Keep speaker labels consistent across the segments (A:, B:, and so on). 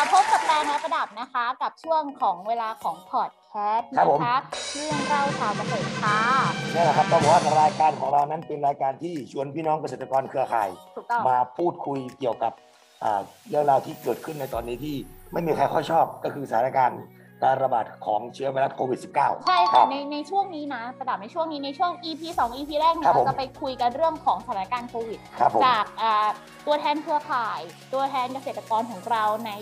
A: ลับนะคะกับช่วงของเวลาของพอดแคสต์
B: ครับ
A: นะ
B: ผม
A: คะเรื่องเล่าชาวเกษตรค่ะ
B: นี่นแหละครับต้องบอกว่าทางรายการของเรานั้นเป็นรายการที่ชวนพี่น้องเกษตรกรเครือข่าย
A: ถูกต้อง
B: มาพูดคุยเกี่ยวกับอ่าเรื่องราวที่เกิดขึ้นในตอนนี้ที่ไม่มีใครเข้าชอบก็คือสถานการณ์การระบาดของเชื้อไวรัสโควิด -19
A: ใช่
B: ค
A: ค่ะ
B: รับ
A: ในในช่วงนี้นะประดับในช่วงนี้ในช่วง EP 2 EP แรกเนี่ย
B: ครับผม
A: เราจะไปคุยกันเรื่องของสถานการณ์โควิด
B: ครับผม
A: จากอ่าตัวแทนเครือข่าย ตัวแทนเกษตรกรของเราใน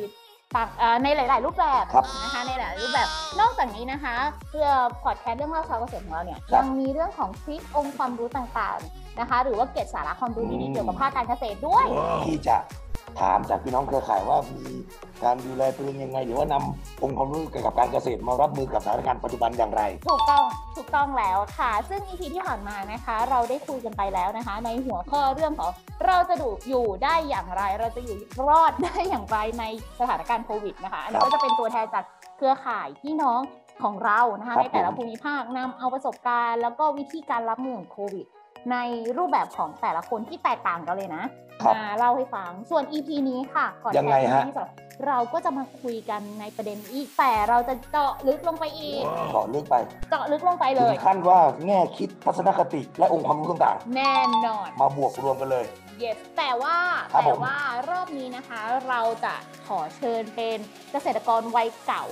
A: ต่างอ่าในหลาย ๆ รูปแบบ
B: ครับ
A: นะคะในหลายรูปแบบ นอกจากนี้นะคะเพื่อพอดแคสต์เรื่องเล่าชาวเกษตรของเราเนี่ย
B: ครับ
A: ยังมีเรื่องของทริคองค์ความรู้ต่าง ๆ นะคะ หรือว่าเกร็ดสาระความรู้
B: อื
A: ดี
B: ม
A: ๆเกี่ยวกับภาคการเกษตรด้วย
B: ที่จะถามจากพี่น้องเครือข่ายว่ามีการดูแลตัวเองยังไง หรือว่านำองค์ความรู้เกี่ยวกับการเกษตรมารับมือกับสถานการณ์ปัจจุบันอย่างไร
A: ถูกต้องถูกต้องแล้วค่ะ ซึ่ง EP ที่ผ่านมานะคะ เราได้คุยกันไปแล้วนะคะ ในหัวข้อเรื่องของเราจะดูอยู่ได้อย่างไร เราจะอยู่รอดได้อย่างไรในสถานการณ์โควิดนะคะ อันนี้
B: ครับ
A: ก็จะเป็นตัวแทนจากเครือข่ายพี่น้องของเรานะคะ
B: ครับ
A: ในแต่ละ
B: ผม
A: ภูมิภาคนำเอาประสบการณ์ แล้วก็วิธีการรับมือของโควิด ในรูปแบบของแต่ละคนที่แตกต่างกันเลยนะ
B: ครับ
A: มาเล่าให้ฟัง ส่วน EP นี้ค่ะก่อน
B: ยังไงฮะ
A: แขกที่สองเราก็จะมาคุยกันในประเด็นอีก แต่เราจะเจาะลึกลงไปอีก
B: ขอเลือกไป
A: เจาะลึกลงไปเล
B: ถึ
A: ย
B: งขั้นว่าแง่คิดทัศนคติและองค์ความรู้ต่าง
A: แน่นอน
B: ๆ มาบวกรวมกันเลย
A: yes แต่ว่า
B: ครับผ
A: แต่
B: ม
A: ว่ารอบนี้นะคะ เราจะขอเชิญเป็นเกษตรกรวัยเก่า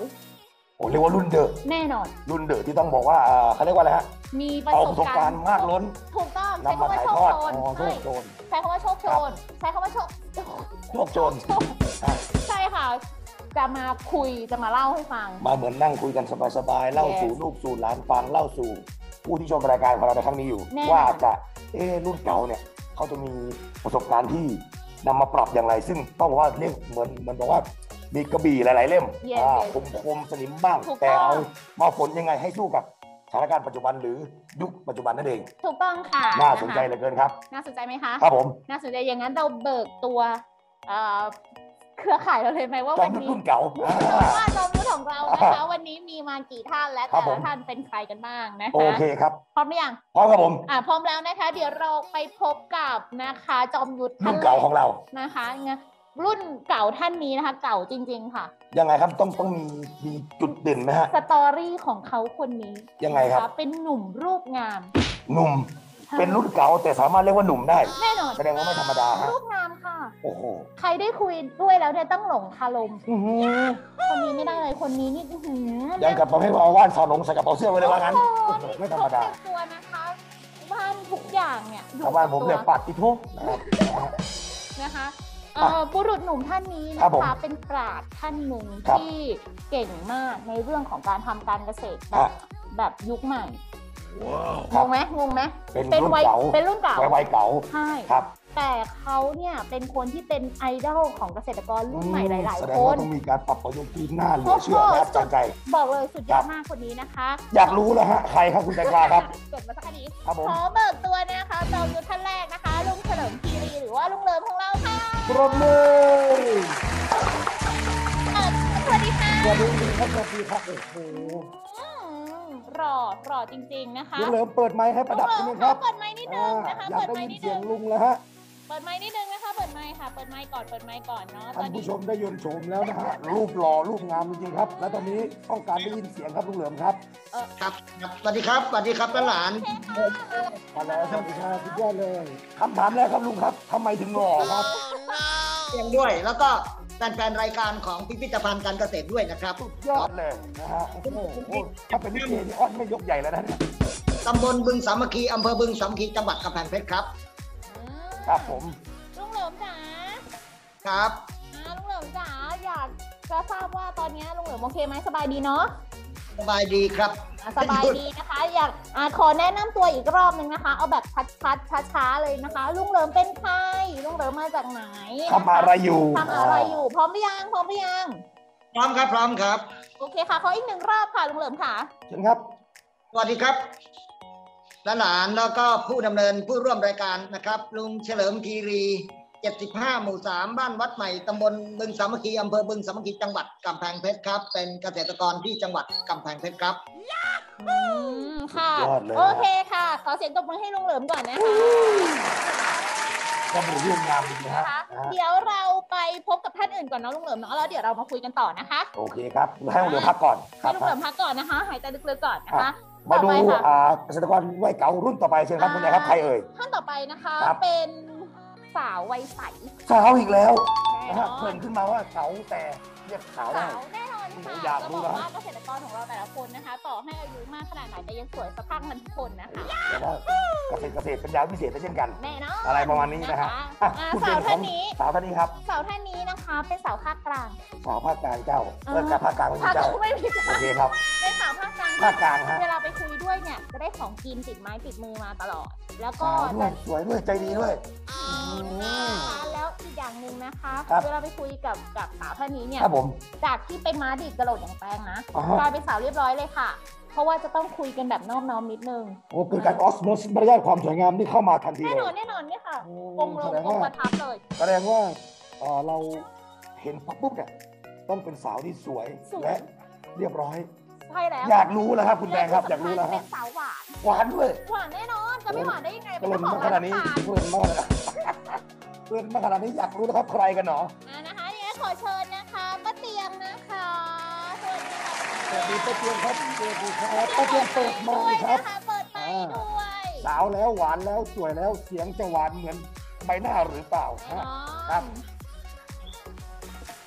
B: โอ้เรียกว่ารุ่นเดอะ
A: แน่นอน
B: รุ่นเดอะที่ต้องบอกว่าเอ่อเขาเรียกว่าอะไรฮะ
A: มีประ
B: เอา
A: ส
B: ป
A: บ
B: ระสบ
A: กา
B: การ ร
A: ณ์
B: ณ์มากล้น
A: ถูกต้อง ใช้
B: นำมา
A: คำว่า
B: ถ่า
A: โช
B: ยท
A: ค
B: อด
A: โชน
B: อ๋อโช
A: ใช่
B: คโจร
A: ใช้คำว่าโชคโชนใช้คำว่าโชค
B: โชคโจร
A: โชคใช่ค่ะ จะมาคุยจะมาเล่าให้ฟัง
B: มาเหมือนนั่งคุยกันสบายๆ เล่า
A: Yes
B: สู่ลูกสู่หลานฟังเล่าสู่ผู้ที่ชมรายการของเราในครั้งนี้อยู่
A: แน่นอน
B: ว่าจะเออรุ่นเก่าเนี่ยเขาจะมีประสบการณ์ที่นำมาปรับอย่างไร ซึ่งต้องบอกว่าเรียกเหมือนเหมือนบอกว่ามีกระบี่หลายๆเล่ม
A: Yes
B: อ่า
A: yes
B: คมคมสนิมบ้าง
A: ถูกต้อง
B: แต่เอามาฝนยังไงให้สู้กับสถานการณ์ปัจจุบันหรือยุคปัจจุบันนั่นเอง
A: ถูกต้องค่ะ
B: น่าสนใจะ เห
A: คะ
B: ลือเกินครับ
A: น่าสนใจไหมคะ
B: ครับผม
A: น่าสนใจอย่างนั้นเราเบิกตัวเอ่อเครือข่ายเราเลยไหมว่า
B: จอ
A: วั
B: ม
A: น
B: ยุทธ
A: นี้
B: รุ่นเก่าอ่า
A: ว่าจอมยุทธของเรานะคะ วันนี้มีมากี่ท่านและ
B: ครั
A: แต่
B: บผม
A: ละท่านเป็นใครกันบ้างนะ
B: โอ
A: คะ
B: เคครับ
A: พร้อมหรือยัง
B: พร้อมครับผม
A: อ่าพร้อมแล้วนะคะ เดี๋ยวเราไปพบกับนะคะ จอมยุทธท่า
B: รุ่
A: น
B: น
A: แร
B: เก่าของเรา
A: นะคะงั้นรุ่นเก่าท่านนี้นะคะ เก่าจริง ๆ ค่ะ
B: ยังไงครับต้องต้องมีมีจุดเด่นไหมฮะ
A: สตอรี่ของเขาคนนี้
B: ยังไงครับ
A: นะะเป็นหนุ่มรูปงาม
B: หนุ่ม เป็นรุ่นเก่าแต่สามารถเรียกว่าหนุ่มได้
A: แน่นอน
B: แสดงว่าไม่ธรรมดาฮะ
A: รูปงามค่ะ
B: โอ้โห
A: ใครได้คุยด้วยแล้วเนี่ยต้องหลงคารม
B: อื้อหือ
A: คนนี้ไม่ได้เลยคนนี้นี่อื้อหือ
B: ยังกับประเภทว่าว่านสาวหลงใส่กระเป๋าเสื้อไว้เลยว่างั้น
A: โอ้
B: โอ้
A: โห
B: โหไม่ธรรมดา
A: คบแต่ตัวนะคะบ้านทุกอย่างเนี่ยอยู่
B: ชาวบ้านผมเนี่ย
A: กับ
B: ปัดติทุกนะครับ
A: ตัวนะคะเอ่อบุรุษหนุ่มท่านนี้
B: ครั
A: นะ
B: บผม
A: คะเป็นปราชญ์ท่านหนึ่ง
B: ครับ
A: ที่เก่งมากในเรื่องของการทำการเกษตรแบ
B: อ่ะ
A: บแบบยุคใหม่ง
B: ครับ
A: งไหมงงไหม
B: เป็นรุ่น
A: วัย
B: เก่า
A: เป็นรุ่นเก่า
B: วัยวัยเก่า
A: ใช่
B: ครับ
A: แต่เขาเนี่ยเป็นคนที่เป็นไอดอลของเกษตรกรรุ่นใหม่หลาย
B: แสด
A: ๆ
B: ง
A: คน
B: ว่าต้องมีการปรับประยุกต์ที่น่าเหลือเชื่อ
A: โอ้โห
B: นะครับจังใจ
A: บอกเลยสุดยอ
B: ครั
A: ด
B: บ
A: มากคนนี้นะคะ
B: อยากรู้แล้วฮะใครครับคุณแตงกวาครับ
A: จดมาสักคดี
B: ครับผ
A: ข
B: ม
A: อเบิกตัวนะคะจอมยุทธท่านแรกนะคะ ลุงเฉลิมคีรีหรือว่าลุงเลิมของเราค่ะ
B: ปรบมือ
A: เอ่อสวัสดีค่ะ
B: สวัสดีครับสวัสดีครับโอ้โห
A: อืมรอรอจริงๆนะคะ
B: ลุงเหลิมเปิดไมค์ให้ประดับนิดนึงครับ
A: เปิดไม้นิดนึงนะคะ
B: อ่าอยาก
A: เปิด
B: ได้
A: ไม้นิ
B: ยิน
A: ด
B: เสี
A: นึ
B: ยง
A: ง
B: ลุงแล้วฮะ
A: เปิดไม้นิดนึงนะคะ เปิดไม้ค่ะ เปิดไม้ก่อน เปิดไม้ก่อนเนาะ ตอ
B: ท่า
A: น
B: น
A: นี้
B: ผู้ชมได้ยนต์โฉมแล้วนะฮะรูปหล่อรูปงามจริงๆครับ และตอนนี้ต้องการได้ยินเสียงครับลุงเหลิมครับ
C: ครับครับสวัสดีครับสวัสดีครับป้าหลาน
A: โอเคค่ะ
B: มาแล้วสวัสดีครับสุดยอดเลยคำถามแรกครับลุงครับทำไมถึงหล่อครับ
C: เสียงด้วย แล้วก็แฟนๆรายการของพิพิธภัณฑ์การเกษตรด้วยนะครับ
B: สุดยอดเลยนะฮะโอ้โหถ้าเป็นนิเกนี่อ้อนไม่ยกใหญ่แล้วนะเนี่ย
C: ตำบลบึงสามัคคีอำเภอบึงสามัคคีจังหวัดกำแพงเพชรครับ
A: อืม
B: ครับผม
A: ลุงเลิมจ๋า
C: ครับ
A: อ่าลุงเลิมจ๋าอยากจะทราบว่าตอนนี้ลุงเลิมโอเคไหมสบายดีเนาะ
C: สบายดีครับ
A: อ่ะสบายดีนะคะอยากอาขอแนะนำตัวอีกรอบหนึ่งนะคะ เอาแบบชัดๆช้าๆเลยนะคะ ลุงเหลิมเป็นใครลุงเหลิมมาจากไหนนค
B: ทำอะไรอยู่
A: ทำอะไรอยู่ พร้อมหรือยังพร้อมหรือยัง
C: พร้อมครับพร้อมครับ
A: โอเคค่ะขออีกหนึ่งรอบค่ะลุงเหลิมค่ะ
B: เชิญครับ
C: สวัสดีครับป้าหลานแล้วก็ผู้ดำเนินผู้ร่วมรายการนะครับ ลุงเฉลิมทีรี 75 หมู่ 3 บ้านวัดใหม่ตำบลบึงสามัคคีอำเภอบึงสามัคคีจังหวัดกำแพงเพชรครับ เป็นเกษตรกรที่จังหวัดกำแพงเพชรครับ
A: อืมค่ะ
B: ยอดเลย
A: โอ
B: นะ
A: เค
B: ฮะ
A: ค่ะ ขอเสียงตบมือให้ลุงเหลิมก่อนนะคะ
B: ก็เป็นเรื่องงามดีนะ
A: นะ
B: ฮะ
A: คะ
B: นะฮะ
A: เดี๋ยวเราไปพบกับท่านอื่นก่อนเน้องลุงเหลิมเนาะแล้วเดี๋ยวเรามาคุยกันต่อนะคะ
B: โอเคครับให้ลุงเหลือพักก่อนค
A: ให้
B: รับ
A: ลุงเหลิมพักก่อนนะคะ หายใจลึกๆก่อนนะ
B: ครั
A: คะ
B: บ มาดู
A: ต่อไปค่ะ
B: อ่าเกษตรกรวัยเก่ารุ่นต่อไปเชิญครับคุณนายครับใครเอ่ย
A: ท่านต่อไปนะคะ
B: ครับ
A: เป็นสาววัยใส
B: สาวอีกแล้ว
A: แน่
B: นะ
A: น
B: ฮะ
A: อ
B: เพิ่
A: น
B: มขึ้นมาว่าสาวแต่เรียกสาวได้
A: สาวแน่นอน
B: โอ้
A: ค่ะ
B: โหอยาก
A: จะ
B: รู้
A: บอก
B: นะ
A: ว่าเกษตรกรของเราแต่ละคนนะคะ ต่อให้อายุมากขนาดไหนแต่ยังสวยสะพรั่งกันทุกคนนะคะ
B: แต่ว่าเกษตรเกษตรปัญญาพิเศษก็เช่นกัน
A: แน่นอน
B: อะไรประมาณนี้นะฮะ
A: อ่
B: อ่ะคุณ
A: สาวน
B: เป็ข
A: ท่า
B: อง
A: นนี้
B: สาวท่านนี้ครับ
A: สาวท่านนี้นะคะ เป็นสาวภาคกลาง
B: สาวภาคกลางเจ้า
A: เออ
B: เลิกกับภาคกลางเป็น
A: ภาคกลา
B: เจ้าง
A: ไม่มี
B: โอเคครับ
A: เป็นสาวภาคกลาง
B: ภาคกลางฮะ
A: เวลาไปคุยด้วยเนี่ยจะได้ของกินติดไม้ติดมือมาตลอด แล้วก็
B: สาวด้ว
A: จะ
B: ยสวยด้วยใจดีด้วย
A: นะคะแล้วอีกอย่างหนึ่งนะคะ
B: ครับ
A: เวลาไปคุยกับกับสาวท่านนี้เนี่ย
B: ครับผม
A: จากที่เป็นม้าดีดกระโดดอย่างแปลงนะ
B: อ๋อฮะ
A: กลายเป็นสาวเรียบร้อยเลยค่ะ เพราะว่าจะต้องคุยกันแบบนอบน้อมนิดนึง
B: โอ้เป็นการออสโมซิสมารยาทความสวยงามที่เข้ามาทันที
A: แน่
B: เล
A: นอน
B: ย
A: แน่นอนเนี่ยค่ะ
B: โอ้
A: องค์ล
B: แส
A: ง
B: ดง
A: องค์ป
B: ว่า
A: ระทับเลย
B: แสดงว่าเอ่อเราเห็นปุ๊บเนี่ยต้องเป็นสาวที่สวย
A: สวย
B: และเรียบร้อย
A: ใช่แล้ว
B: อยากรู้แล้วครับคุณแดงครับ อยากรู้แล้วค
A: เป็
B: รับ
A: นสาวหวาน
B: หวานด้วย
A: หวานแน่นอนจะไม่หวานได้ยังไงเป็
B: เกิ
A: น
B: น
A: เจ้าของ
B: มาขนา
A: ร้า
B: ด
A: น
B: นี้
A: อาหาร
B: เกินมาขนาดนี้ เกินมาขนาดนี้อยากรู้นะครับใครกันหนอ
A: อ่านะคะเนี่ยขอเชิญนะคะป้าเตียงนะคะสวัสดีค่ะ
B: สวัสดีป้าเตียงครับสวัสดีครับป้าเตียงเปิดไม
A: ด้วย
B: ค์ครับ
A: นะคะเปิดไมค์ด้วย
B: สาวแล้วหวานแล้วสวยแล้วเสียงจะหวานเหมือนใบหน้าหรือเปล่า
A: แน่
B: ฮะ
A: นอ
B: ครับ
A: น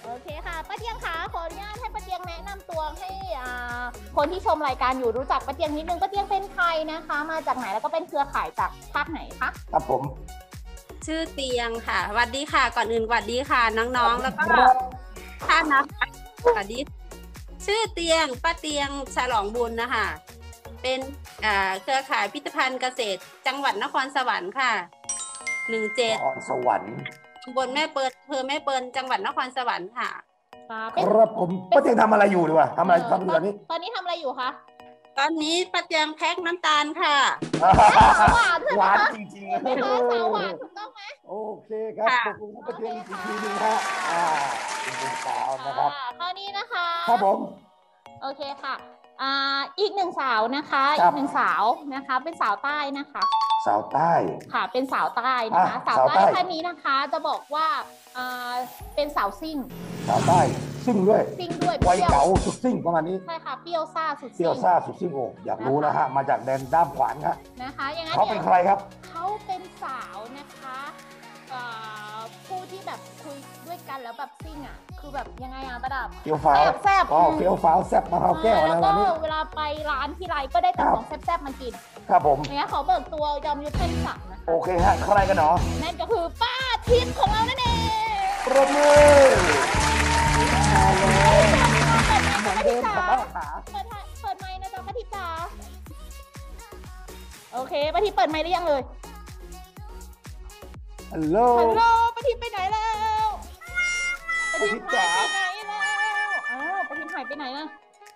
A: โอเคค่ะป้าเตียงคะขออนุญาตให้ป้าเตียงแนะนำตัวให้อ่าคนที่ชมรายการอยู่รู้จักป้าเตียงนิดนึงป้าเตียงเป็นใครนะคะ มาจากไหนแล้วก็เป็นเครือข่ายจากภาคไหนคะ
B: ครับผม
D: ชื่อเตียงค่ะ หวัดดีค่ะ ก่อนอื่นหวัดดีค่ะน้องๆ แล้วก็ท่านนะคะหวัดดี ชื่อเตียงป้าเตียงฉลองบุญนะคะ เป็นอ่าเครือข่ายพิพิธภัณฑ์เกษตร จังหวัดนครสวรรค์ค่ะหนึ่งเจ็ด
B: พรสวรรค์
D: ตำบลแม่เปิลอำเภอแม่เปิลจังหวัดนครสวรรค์ค่ะ
A: อ่า
B: ค
A: เป็น
B: รับผมป้าเตียงทำอะไรอยู่ดีวะทำอะไร
A: เ
B: ทำอยู่ตอนนี้
A: ตอนนี้ทำอะไรอยู่คะ
D: ตอนนี้ป้าเตียงแพ็คน้ำตาลค่ะ
A: สาวหวานใช่
B: ห
A: ไหม
B: วาน
A: คะ
B: จริงๆ
A: ใช่
B: นะ
A: ไหมคะสาวหวานถูกต้องไหม
B: โอเคครับ
D: ค่ะ
B: ขอบคุณครับป้าเตียงอีกทีหนึงฮะอ่าเป็นสาวนะครับ
A: อ่าคราวนี้นะคะ
B: ครับผม
A: โอเคค่ะอ่าอีกหนึ่งสาวนะคะ
B: ครั
A: อี
B: บ
A: กหนึ่งสาวนะคะ เป็นสาวใต้นะคะ
B: สาวใต้
A: ค่ะเป็นสาวใต้นะคะ
B: อ่ะ
A: สาว
B: สาว
A: ใต้
B: ใต้
A: ท่านนี้นะคะ จะบอกว่าอ่าเป็นสาวซิ่ง
B: สาวใต้ซิ่งด้วย
A: ซิ่งด้วย
B: วัย
A: เปรี้ยว
B: เก่าสุดซิ่งประมาณนี้
A: ใช่ค่ะเปรี้ยวซ่าสุด
B: เซี
A: ซิ่
B: ยว
A: ง
B: ซ่าสุดซิ่งโอ้อยากรู้แล้วฮะมาจากแดนด้ามขวานฮะ
A: นะคะอย่างนั้น
B: เขาเป็
A: เดี๋
B: น
A: ยว
B: ใครครับ
A: เขาเป็นสาวนะคะเอ่อผู้ที่แบบคุยด้วยกันแล้วแบบซิ่งอ่ะคือแบบยังไงอ่ะประดับ
B: เฟี้ยวฟ้า
A: แซ่
B: ว
A: บแซ่บ
B: อ๋อเฟี้ยวฟ้าวแซ่บมะพร้าวแก้วอะไรประ
A: แล้
B: มาว ณนี้
A: ก็เวลาไปร้านที่ไรก็ได้แต่
B: ครั
A: ข
B: บ
A: องแซ่บๆมากิน
B: ครับผม
A: อย่างนี้ยขอเบิกตัวยอมยุทธเป็นสังนะ
B: โอเคฮะ ใครกันหนอ
A: นั่นก็คือป้าทิพย์ของเรานั่นเอง
B: ประมือ
A: ขอบ
B: มา
A: คุณมากเลยป้าทิพย์
B: เลยเหมือนเดิม
A: จ๋า
B: ค่ะป้าขา
A: เปิดไมค์เปิดไมค์นะจ๊ะป้าทิพย์จ๋าโอเคป้าทิพย์เปิดไมค์หรือยังเลย
B: ฮัลโหล
A: ฮัลโหลป้าทิพย์ไปไหนแล้วป้าทิพย์หาย
B: ป้าทิ
A: ไป
B: พย์จ๋า
A: ไหนแล้วอ้าวป้าทิพย์หายไปไหนล่ะ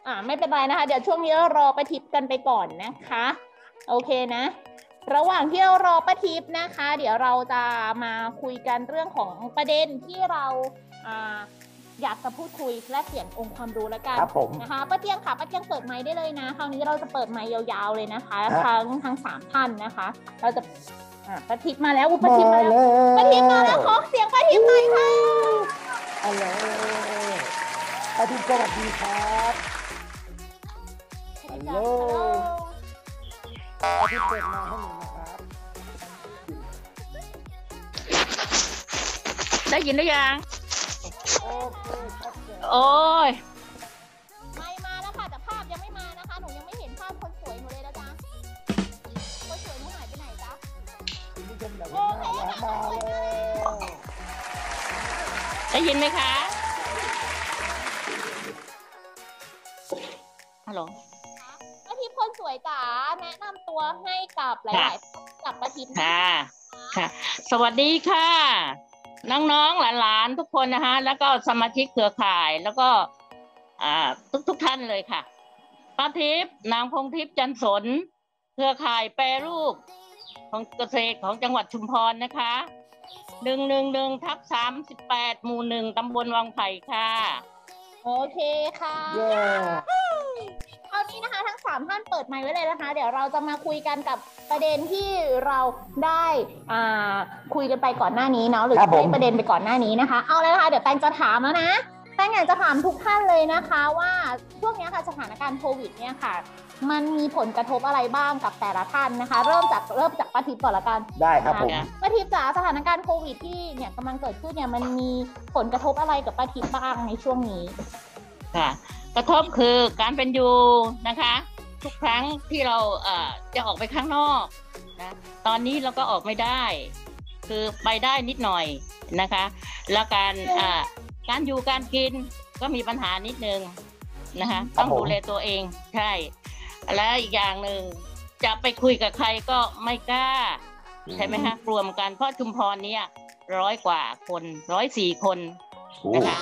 A: อ่าไม่เป็นไรนะคะ เดี๋ยวช่วงนี้รอป้าทิพย์กันไปก่อนนะคะ โอเคนะ ระหว่างที่เรารอป้าทิพย์นะคะ เดี๋ยวเราจะมาคุยกันเรื่องของประเด็นที่เราอ่าอยากจะพูดคุยและเปลี่ยนองค์ความรู้แล้วกัน
B: ครับผม
A: นะคะป้าเตียงค่ะป้าเตียงเปิดไมค์ได้เลยนะคราวนี้เราจะเปิดไมค์ยาวๆเลยนะคะ
B: ฮะ
A: ทั้งทั้งสามท่านนะคะ เราจะอ่ะป้าทิพย์มาแล้วอุ๊ย
B: มา
A: ป้าทิพย์มาแล้วป้าทิพย์มา
B: แล้ว
A: แล้วขอเสียงป้าทิพย์หน่อยค่ะ
B: ฮัลโหลอาทิตย์สวัสดีครับ ฮัลโหล อาทิตย์เปิดมาให้หนูนะครับ
E: ได้ยินหรือยัง
B: โอเคครับเดี๋ยว
E: โอ้ย
A: ไมค์มาแล้วค่ะแต่ภาพยังไม่มานะคะหนูยังไม่เห็นภาพคนสวยหนูเลยนะจ๊ะคนสวยหนูหายไปไหนจ๊ะ
B: คุณผู้ชมอย่าเพิ่งมานะมาแล้ว
E: ได้ยินไหมคะ ฮัลโหล
A: ป้าทิพย์คนสวยจ๋าแนะนำตัวให้กับหลายๆกับป้าทิพย์นะ
E: ค่ะ ค่ะ สวัสดีค่ะ น้องๆ หลานๆ ทุกคนนะคะ แล้วก็สมาชิกเครือข่าย แล้วก็ อ่า ทุกๆ ท่านเลยค่ะ ป้าทิพย์ นางพงทิพย์จันสน เครือข่ายแปรรูป ของเกษตรของจังหวัดชุมพรนะคะหนึ่งหนึ่งหนึ่งทับสามสิบแปดหมู่หนึ่งตำบลวังไผ่ค่ะ
A: โอเคค่ะ
B: เย้
A: คราวนี้นะคะทั้งสาม ามท่านเปิดไมค์ไว้เลยนะคะ เดี๋ยวเราจะมาคุยกันกับประเด็นที่เราได้อ่าคุยกันไปก่อนหน้านี้เนาะหรือ
B: ครับผม
A: ได้ประเด็นไปก่อนหน้านี้นะคะ เอาเลยนะคะเดี๋ยวแตงจะถามแล้วนะแตงอยากจะถามทุกท่านเลยนะคะว่าช่วงเนี้ยค่ะสถานการณ์โควิดเนี่ยค่ะ มันมีผลกระทบอะไรบ้างกับแต่ละท่านนะคะ เริ่มจากเริ่มจากป้าทิพย์ก่อนละกัน
B: ได้ครับผม
A: ป้าทิพย์จ๋าสถานการณ์โควิดที่เนี่ยกำลังเกิดขึ้นเนี่ยมันมีผลกระทบอะไรกับป้าทิพย์บ้างในช่วงนี้
E: ค่ะ กระทบคือการเป็นอยู่นะคะ ทุกครั้งที่เราเอ่อจะออกไปข้างนอกนะตอนนี้เราก็ออกไม่ได้ คือไปได้นิดหน่อยนะคะ แล้วการเอ่อการอยู่การกินก็มีปัญหานิดนึงนะคะ
B: ครับ
E: ต้อง
B: ผม
E: ดูแลตัวเองใช่ และอีกอย่างหนึ่งจะไปคุยกับใครก็ไม่กล้า ใช่ไหมคะรวมกันเพราะชุมพรเนี่ยร้อยกว่าคนร้อยสี่คน
B: โอ้
E: นะคะ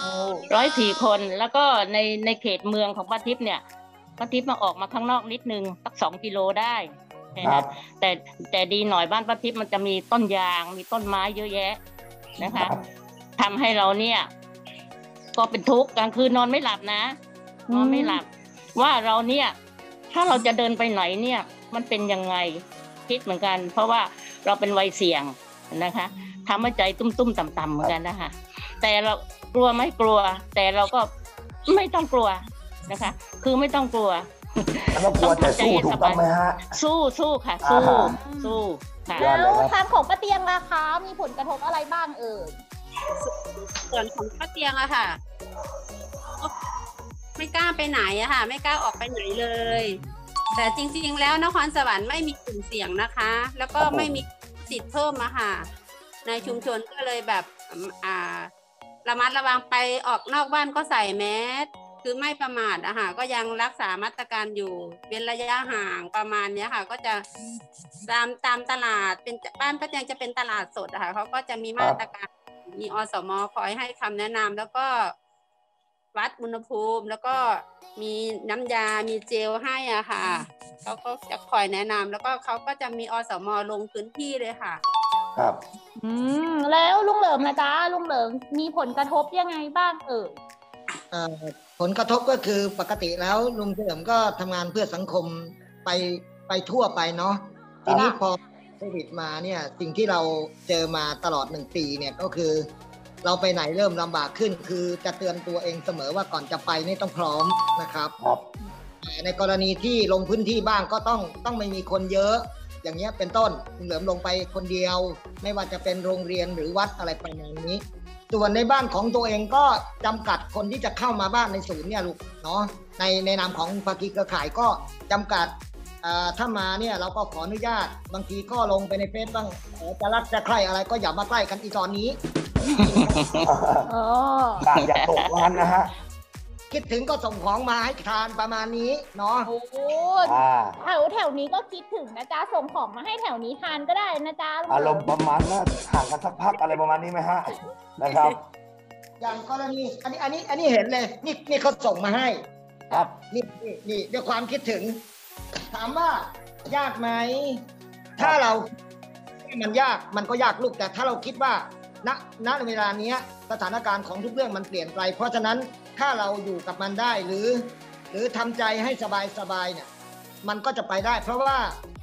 E: ร้อยสี่คนแล้วก็ในในเขตเมืองของป้าทิพย์เนี่ยป้าทิพย์มาออกมาข้างนอกนิดนึงสักสองกิโลได้นะ
B: ครั
E: คะ
B: บ
E: แต่แต่ดีหน่อยบ้านป้าทิพย์มันจะมีต้นยางมีต้นไม้เยอะแยะนะคะ
B: รับ
E: ทำให้เราเนี่ย ก็เป็นทุกข์กลางคืนนอนไม่หลับนะ นอนไม่หลับ ว่าเราเนี่ย ถ้าเราจะเดินไปไหนเนี่ย มันเป็นยังไงคิดเหมือนกัน เพราะว่าเราเป็นวัยเสี่ยงนะคะทำให้ใจตุ้มๆต่ำๆเหมือนกันนะคะแต่เรากลัวไหม่กลัว แต่เราก็ไม่ต้องกลัวนะคะ คือไม่ต้องกลัว
B: แล้วกลัวแต่สู้ถูกต้องไหมฮะ
E: สู้สู้ค่ะ สู้
B: อ่าฮะ
E: สู้ค่ะ
B: ยอดเล
A: แล้
B: ยว ครับ
A: ทางของป้าเตียงล่ะคะมีผลกระทบอะไรบ้างเอ่ย
D: ส่วนของป้าเตียงอะค่ะ ไม่กล้าไปไหนอะค่ะ ไม่กล้าออกไปไหนเลย แต่จริง ๆ แล้วนครสวรรค์ไม่มีกลุ่มเสี่ยงนะคะ แล้วก็
B: ครับผม
D: ไม่มีสิทธิ์เพิ่มอะค่ะ ในชุมชนก็เลยแบบอ่าระมัดระวังไปออกนอกบ้านก็ใส่แมสคือไม่ประมาทอะค่ะก็ยังรักษามาตรการอยู่เป็นระยะห่างประมาณเนี้ยค่ะ ก็จะตามตามตลาดเป็นบ้านป้าเตียงจะเป็นตลาดสดอะค่ะเขาก็จะมีมาตรการ มีอสมคอยให้คำแนะนำแล้วก็วัดอุณหภูมิ แล้วก็มีน้ำยา มีเจลให้อะค่ะเขาก็จะคอยแนะนำแล้วก็เขาก็จะมีอสมลงพื้นที่เลยค่ะ
B: ครับ
A: อืมแล้วลุงเหลิมนะจ๊ะลุงเหลิมมีผลกระทบยังไงบ้างเอ่ย
C: เอ่อผลกระทบก็คือปกติแล้วลุงเฉลิมก็ทำงานเพื่อสังคมไปไปทั่วไปเนาะ
B: ครับ
C: ทีนี้พอโควิดมาเนี่ยสิ่งที่เราเจอมาตลอดหนึ่งปีเนี่ยก็คือ เราไปไหนเริ่มลำบากขึ้น คือจะเตือนตัวเองเสมอว่าก่อนจะไปนี่ต้องพร้อมนะครับ
B: ครับ
C: แต่ในกรณีที่ลงพื้นที่บ้างก็ต้องต้องไม่มีคนเยอะ อย่างเงี้ยเป็นต้นเหลือมลงไปคนเดียว ไม่ว่าจะเป็นโรงเรียนหรือวัดอะไรประมาณนี้ ส่วนในบ้านของตัวเองก็จำกัดคนที่จะเข้ามาบ้านในศูนย์เนี่ยลูกเนาะในในนามของภาคีเครือข่ายก็จำกัดเอ่อถ้ามาเนี่ยเราก็ขออนุญาตบางทีก็ลงไปในเฟซบ้างเอ่อจะรักจะใครอะไรก็อย่ามาใกล้กันอีตอนนี้
A: อ๋อ
B: ต่างอย่าตกงานนะฮะ
C: คิดถึงก็ส่งของมาให้ทานประมาณนี้เนาะ
A: โอ้โห
B: อ่า
A: แถวแถวนี้ก็คิดถึงนะจ๊ะส่งของมาให้แถวนี้ทานก็ได้นะจ๊ะลุง
B: อา
A: เห
B: ร
A: ลิ
B: ม
A: ม
B: ณ์ประมาณว่าห่างกันสักพักอะไรประมาณนี้ไหมฮะนะครับ
C: อย่างกรณีอันนี้อันนี้อันนี้เห็นเลยนี่นี่เขาส่งมาให้
B: ครับ
C: นี่นี่นี่ด้วยความคิดถึง ถามว่ายากไหม ถ้าเราให้มันยากมันก็ยากลูกแต่ถ้าเราคิดว่าณณเวลาเนี้ยสถานการณ์ของทุกเรื่องมันเปลี่ยนไป เพราะฉะนั้นถ้าเราอยู่กับมันได้หรือ หรือทำใจให้สบายสบายเนี่ยมันก็จะไปได้ เพราะว่า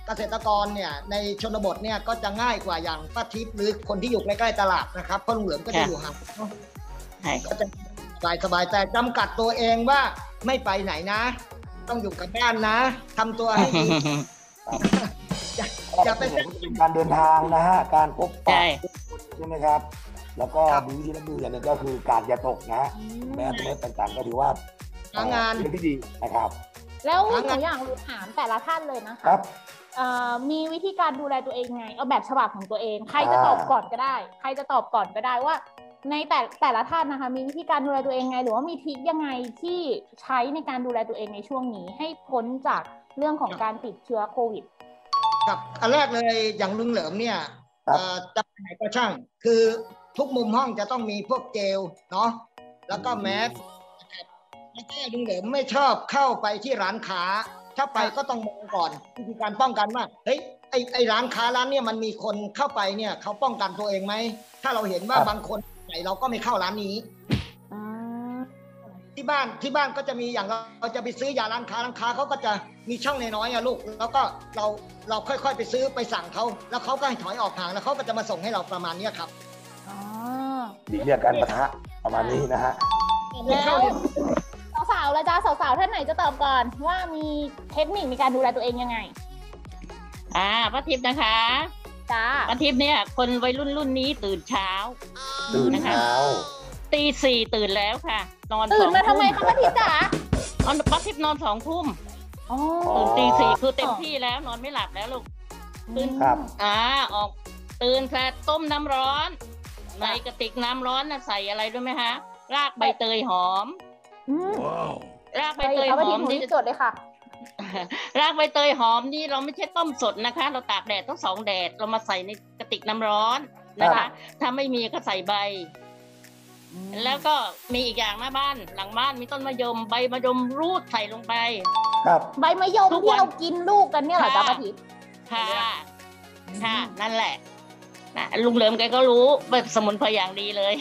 C: เกษตรกรเนี่ยในชนบทเนี่ยก็จะง่ายกว่าอย่างป้าทิพย์หรือคนที่อยู่ใกล้ๆตลาดนะครับเพราะลุงเหลือมก็จะอ
E: ค่ะ
C: ยู่ห่างเนาะ
E: ใช่
C: ก็จะสบายสบายๆแต่จำกัดตัวเองว่าไม่ไปไหนนะ ต้องอยู่กับบ้านนะทำตัวให้ ดี อย่าไป
B: การเดินทางนะฮะ การพบปะ
E: ใช่
B: ใช่ไหมครับ แล้วก็
C: ครับ
B: มีวิธีรับมืออย่างหนึ่งก็คือการอย่าตกนะฮะแม้เม็ดต่างๆ ก็ถือว่า
C: หางาน
B: เป็นเรื่องที่ดีนะครับ
A: แล้วหนูอยากรู้ถามแต่ละท่านเลยนะคะ
B: ครับ
A: เอ่อมีวิธีการดูแลตัวเองไง เอาแบบฉบับของตัวเอง ใครจะ
B: อ่า
A: ตอบก่อนก็ได้ ใครจะตอบก่อนก็ได้ว่า ในแต่แต่ละท่านนะคะ มีวิธีการดูแลตัวเองไง หรือว่ามีทริคยังไงที่ใช้ในการดูแลตัวเองในช่วงนี้ ให้พ้นจากเรื่องของการติดเชื้อโควิด
C: ครับอันแรกเลยอย่างลุงเหลิมเนี่ย
B: ครับ
C: เอ่อจะไปไหนก็ช่าง คือทุกมุมห้องจะต้องมีพวกเจลเนาะแล้วก็แมสนะครับแล้วก็ลุงเหลิมไม่ชอบเข้าไปที่ร้านค้า ถ้าไปก็ต้องมองก่อนวิธีการป้องกันว่าเฮ้ยไอไอร้านค้าร้านเนี่ยมันมีคนเข้าไปเนี่ยเขาป้องกันตัวเองไหมถ้าเราเห็นว่าบางคนไหนเราก็ไม่เข้าร้านนี้
A: อืม
C: จ ที่บ้านที่บ้านก็จะมีอย่างเราเราจะไปซื้อยาร้านค้าร้านค้าเขาก็จะมีช่องน้อยๆอะลูก แล้วก็เราเราค่อยๆไปซื้อไปสั่งเขาแล้วเขาก็ให้ถอยออกห่างแล้วเขาก็จะมาส่งให้เราประมาณเนี้ยครับ
A: อ๋อ
B: หลีกเลี่ยงการปะทะประมาณนี้นะฮะ
A: แล้วสาวๆละจ้าสาวๆท่านไหนจะตอบก่อน ว่ามีเทคนิคในการดูแลตัวเองยังไง
E: อ่าป้าทิพย์นะคะ
A: จ้า
E: ป้าทิพย์เนี่ย คนวัยรุ่นรุ่นนี้ตื่นเช้า
B: ตื่นเช้า
E: ตีสี่ตื่นแล้วค่ะ นอน
A: ตื่นมา
E: ส
A: ทำ
E: อง
A: ไมคะป้าทิพย์จ๋า
E: อ๋อป้าทิพย์นอนสองทุ่ม
A: อ๋อ
E: ตื่นตีสี่คือเต็มที่แล้วนอนไม่หลับแล้วลูก ตื่น
B: ครับ
E: อ่าออกตื่นค่ะต้มน้ำร้อน ในกระติกน้ำร้อนน่ะใส่อะไรด้วยไหมคะรากใบเตยหอม
A: อืม
E: รากใบ
A: ไป
E: เตย
A: เอา
E: ห
A: ป้า
E: อ
A: ทิพ
E: ม
A: ย์หนู
E: นี่
A: จะจดเลยค่ะ
E: รากใบเตยหอมนี่เราไม่ใช่ต้มสดนะคะ เราตากแดดต้องสองแดดเรามาใส่ในกระติกน้ำร้อนนะ
B: ครั
E: คะ
B: บ
E: ถ้าไม่มีก็ใส่ใบ แล้วก็มีอีกอย่างหน้าบ้านหลังบ้านมีต้นมะยมใบมะยมรูดใส่ลงไป
B: ครับ
A: ใบมะยม
E: ทุกวั
A: ที่
E: น
A: เรากินลูกกันเนี่ยเหรอ
E: ค่ะ
A: จ้าป้าทิพย์
E: ค่ะค่ะ
A: อืม
E: นั่นแหละนะลุงเหลิมแกก็รู้แบบสมุนไพรอย่างดีเลย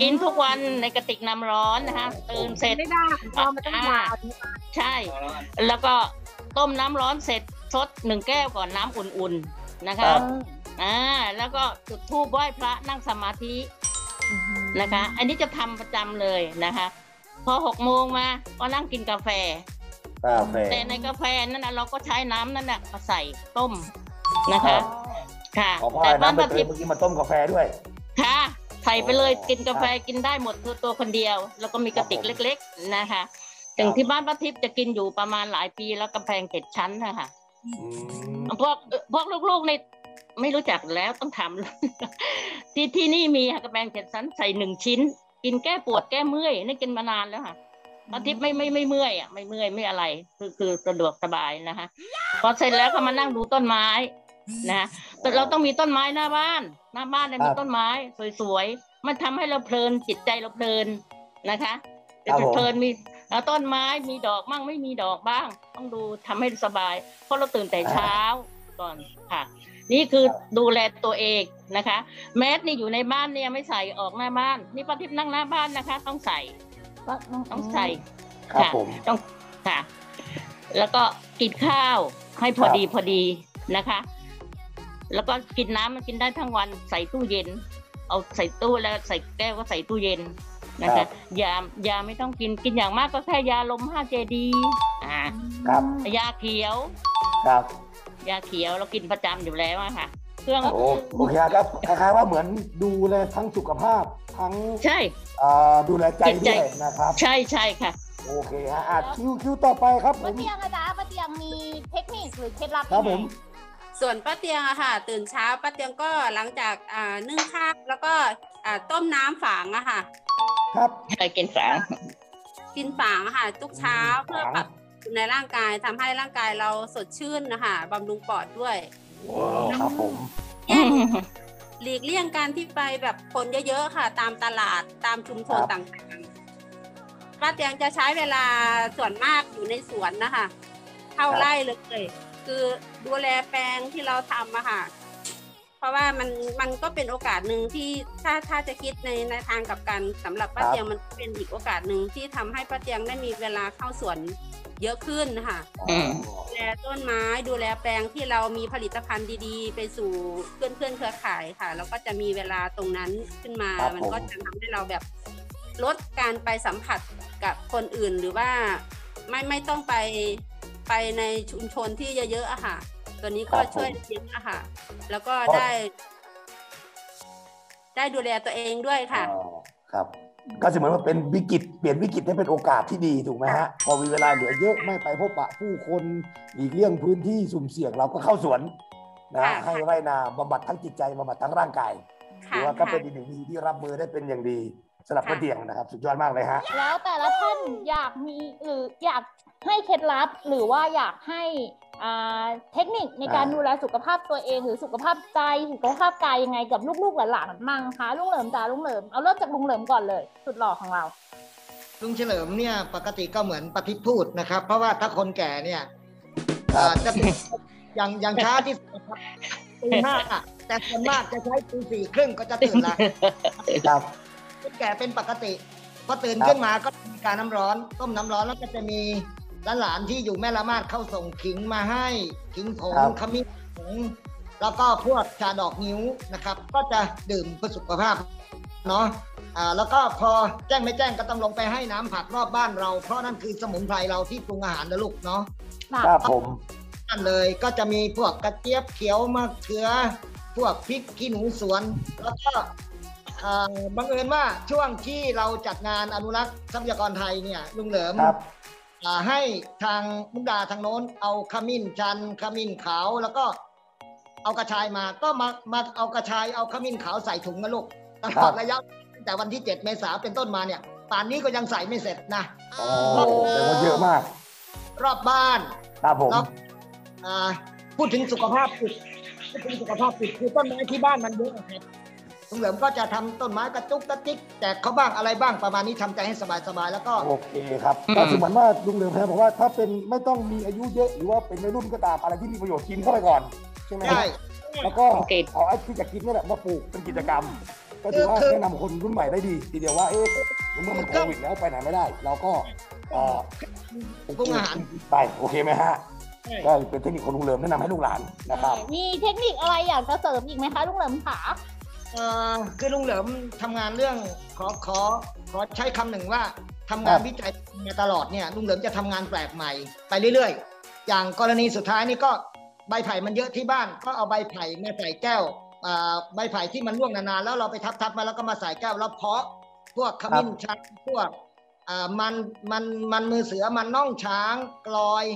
E: กินทุกวันในกระติกน้ำร้อนนะคะตื่นเสร็จ
D: ไม่ได้พอมันต้องยาว
E: ใช่ แล้วก็ต้มน้ำร้อนเสร็จชดหนึ่งแก้วก่อนน้ำอุ่นๆนะ
B: ครั
E: คะ
B: บ
E: อ่าแล้วก็จุดธูปไหว้พระนั่งสมาธินะคะ อันนี้จะทำประจำเลยนะคะ พอหกโมงมาก็นั่งกินกาแฟ
B: กาแฟ
E: แต่ในกาแฟนั่นนะเราก็ใช้น้ำนั่นแหละมาใส่ต้มนะคะค่ะ
B: ขอพ่อ
E: แต่บ้าน
B: น้ำไป
E: ป้า
B: เติ
E: ทิ
B: ม
E: พย์
B: เมื่อกี้มาต้มกาแฟด้วย
E: ค่ะ ใส่ไปเลย
B: โอ้
E: กินกาแฟ
B: ครับ
E: กินได้หมดตัวตัวคนเดียว แล้วก็มีกระติกเล็ก ๆนะคะถึงที่บ้านป้าทิพย์จะกินอยู่ประมาณหลายปีแล้วกำแพงเจ็ดชั้นนะคะ
B: อืม
E: พวกเอ่อพวกลูกๆในไม่รู้จักแล้วต้องทำ ที่ที่นี่มีค่ะกระแบงเจ็ดสันใส่หนึ่งชิ้น กินแก้ปวดแก้เมื่อยนี่กินมานานแล้วค่ะตอนทิพย์ไม่ไม่ไม่เมื่อยอ่ะไม่เมื่อยไม่อะไร คือคือสะดวกสบายนะคะพอเสร็จแล้วก็มานั่งดูต้นไม้นะคะแต่เราต้องมีต้นไม้หน้าบ้าน หน้าบ้านเนี่ย
B: ครับ
E: มีต้นไม้สวยๆมันทำให้เราเพลินจิตใจเราเพลินนะคะ
B: ครับผม
E: เพลินมีเอ่อต้นไม้มีดอกบ้างไม่มีดอกบ้าง ต้องดูทำให้สบาย เพราะเราตื่นแต่เช้าก่อนค่ะ นี่คือดูแลตัวเองนะคะ แมสนี่อยู่ในบ้านเนี่ยไม่ใส่ออกหน้าบ้าน นี่ป้าทิพย์นั่งหน้าบ้านนะคะ ต้องใส่ต้องใส่
B: ครับ
E: ะ
B: ผม
E: ต้องค่ะ แล้วก็กินข้าวให้พอ
B: ครับ
E: ดีพอดีนะคะ แล้วก็กินน้ำมันกินได้ทั้งวันใส่ตู้เย็น เอาใส่ตู้แล้วใส่แก้วก็ใส่ตู้เย็นนะคะยายาไม่ต้องกินกินอย่างมากก็แค่ยาลมห้าเจดีอ่า
B: ครับ
E: ยาเขียว
B: ครับ
E: ยาเขียวเรากินประจำอยู่แล้วอะค่ะ เครื่อง
B: โอโอเคครับ คล้ายๆว่าเหมือนดูแลทั้งสุขภาพ ทั้ง
E: ใช่
B: อ่าดูแลใจ
E: จิตใจ
B: ด้วยนะครับ
E: ใช่ใช่ค่ะ
B: โอเคฮะอ่ะคิวคิวต่อไปครับผ
A: ป้าม เตียงอะจ๊ะป้าเตียงมีเทคนิคหรือเคล็ดลับ
B: ครับผม
A: ยังไง
D: ส่วนป้าเตียงอะค่ะ ตื่นเช้าป้าเตียงก็หลังจากอ่านึ่งข้าวแล้วก็อ่าต้มน้ำฝางอะค่ะ
B: ครับ
E: ใช่กินฝาง
D: กินฝางอะค่ะ ทุกเช้าเพื่อปรับในร่างกายทำให้ร่างกายเราสดชื่นนะคะบำรุงปอดด้วย
B: ครับผม
D: แยกหลีกเลี่ยงการที่ไปแบบคนเยอะๆค่ะ ตามตลาดตามชุมช
B: ค
D: น
B: รับ
D: ต่างๆป้าเตียงจะใช้เวลาส่วนมากอยู่ในสวนนะคะ เข้าไร่เลยคือดูแลแปลงที่เราทำอะค่ะ เพราะว่ามันมันก็เป็นโอกาสหนึ่งที่ถ้าถ้าจะคิดในในทางกลับกันสำหรับป้า
B: ครับ
D: เตียงมันเป็นอีกโอกาสหนึ่งที่ทำให้ป้าเตียงได้มีเวลาเข้าสวนเยอะขึ้นค่ะ
E: อืม
D: ดูแลต้นไม้ดูแลแปลงที่เรามีผลิตภัณฑ์ดีๆ ไปสู่เพื่อนเพื่อนๆเครือข่ายค่ะ แล้วก็จะมีเวลาตรงนั้นขึ้นมา
B: ครับผ
D: มั
B: ม
D: ก็จะทำให้เราแบบลดการไปสัมผัสกับคนอื่นหรือว่าไม่ไม่ต้องไปไปในชุมชนที่เยอะๆอะค่ะ ตัวนี้ก็ช่วยเยอะอะค่ะ แล้วก็ได้ ได้ดูแลตัวเองด้วยค่ะ
B: อ๋อครับ ก็เสมือนว่าเป็นวิกฤตเปลี่ยนวิกฤตให้เป็นโอกาสที่ดีถูกไหมฮะ พอมีเวลาเหลือเยอะไม่ไปพบปะผู้คนหลีกเลี่ยงพื้นที่สุ่มเสี่ยงเราก็เข้าสวนนะ
D: ค่ะ
B: ให้ไรนาบำบัดทั้งจิตใจบำบัดทั้งร่างกายห
D: ค่ะ
B: รือว่าก็
D: ค่ะ
B: เป็นอีกหนึ่งวิธีที่รับมือได้เป็นอย่างดีสำหรับ
D: ค่ะ
B: กระเตียงนะครับ สุดยอดมากเลยฮะ
A: แล้วแต่ละท่านอยากมีหรืออยากให้เคล็ดลับ หรือว่าอยากให้อ่าเทคนิคในการ
B: อ่า
A: ดูแลสุขภาพตัวเองหรือสุขภาพใจสุขภาพกายยังไงกับลูกๆหลานๆมั่งคะลุงเหลิมจ๋าลุงเหลิมเอาเริ่มจากลุงเหลิมก่อนเลย สุดหล่อของเรา
C: ลุงเฉลิมเนี่ยปกติก็เหมือนปฏิพูดนะครับ เพราะว่าถ้าคนแก่เนี่ยเอ่อจะตื่นอย่างอย่างช้าที่สุดนะครับตีห้าแต่ส่วนมากจะใช้ตีสี่ครึ่งก็จะตื่นละ
B: ครับ
C: คนแก่เป็นปกติ พอตื่นขึ้นมาก็มีการน้ำร้อน ต้มน้ำร้อนแล้วก็จะมีหลานๆที่อยู่แม่ละมาดเข้าส่งขิงมาให้ขิงผง
B: ครับ
C: ขมิ้นผงแล้วก็พวกชาดอกนิ้วนะครับ ก็จะดื่มเพื่อสุขภาพเนาะอ่าแล้วก็พอแจ้งไม่แจ้งก็ต้องลงไปให้น้ำผักรอบบ้านเรา เพราะนั่นคือสมุนไพรเราที่ปรุงอาหารนะลูกเนาะ
A: ค่ะ
B: ครับผม
C: นั่นเลยก็จะมีพวกกระเจี๊ยบเขียวมะเขือ พวกพริกขี้หนูสวน แล้วก็เอ่อบังเอิญว่าช่วงที่เราจัดงานอนุรักษ์ทรัพยากรไทยเนี่ยลุงเหลิม
B: ครับ
C: อ่าให้ทางมุกดาทางโน้นเอาขมิ้นชันขมิ้นขาวแล้วก็เอากระชายมาก็มามาเอากระชายเอาขมิ้นขาวใส่ถุงนะลูกตล
B: ครั
C: อด
B: บ
C: ระยะตั้งแต่วันที่ 7 เมษาเป็นต้นมาเนี่ยป่านนี้ก็ยังใส่ไม่เสร็จนะ
B: โอ้แปลว่าเยอะมาก
C: รอบบ้าน
B: ครับผม
C: แล้วอ่าพูดถึงสุขภาพจิตพูดถึงสุขภาพจิตคือต้นไม้ที่บ้านมันเยอะนะครับลุงเหลิมก็จะทำต้นไม้กระจุกกระจิกแจกเขาบ้างอะไรบ้างประมาณนี้ทำใจให้สบายๆแล้วก็
B: โอเคครับก็คือเหมือนว่าลุงเหลือมแพรบอกว่าถ้าเป็นไม่ต้องมีอายุเยอะหรือว่าเป็นวัยรุ่นก็ตามอะไรที่มีประโยชน์กินเข้าไปก่อนใช่ไหม
C: ได้
B: แล้วก็
E: โอเค
B: เอาไอ้ที่จะกินนี่แหละมาปลูกเป็นกิจกรรม ก็ถือว่า
C: คือ
B: แนะนำคนรุ่นใหม่ได้ดีทีเดียวว่าเอ๊ะเมื่อมันโควิดแล้วไปไหนไม่ได้ เราก็เอ่อ
C: ปรุงอาหาร
B: ไปโอเคไหมฮะก็เป็นเทคนิคของลุงเหลิมแนะนำให้ลูกหลานนะครับ
A: มีเทคนิคอะไรอยากจะเสริมอีกไหมคะลุงเหลิมขา
C: เอ่อคือลุงเหลิมทำงานเรื่องขอขอขอใช้คำหนึ่งว่าทำงา
B: ค
C: น
B: รับ
C: วิจัยมาตลอดเนี่ยลุงเหลิมจะทำงานแปลกใหม่ไปเรื่อยๆ อย่างกรณีสุดท้ายนี่ก็ใบไผ่มันเยอะที่บ้าน ก็เอาใบไผ่มาใส่แก้วอ่าใบไผ่ที่มันร่วงนานๆแล้วเราไปทับทับๆมาแล้วก็มาใส่แก้วแล้วเพาะ พวกขมิ้นชันพวกอ่ามันมันมันมือเสือมันน่องช้างกลอย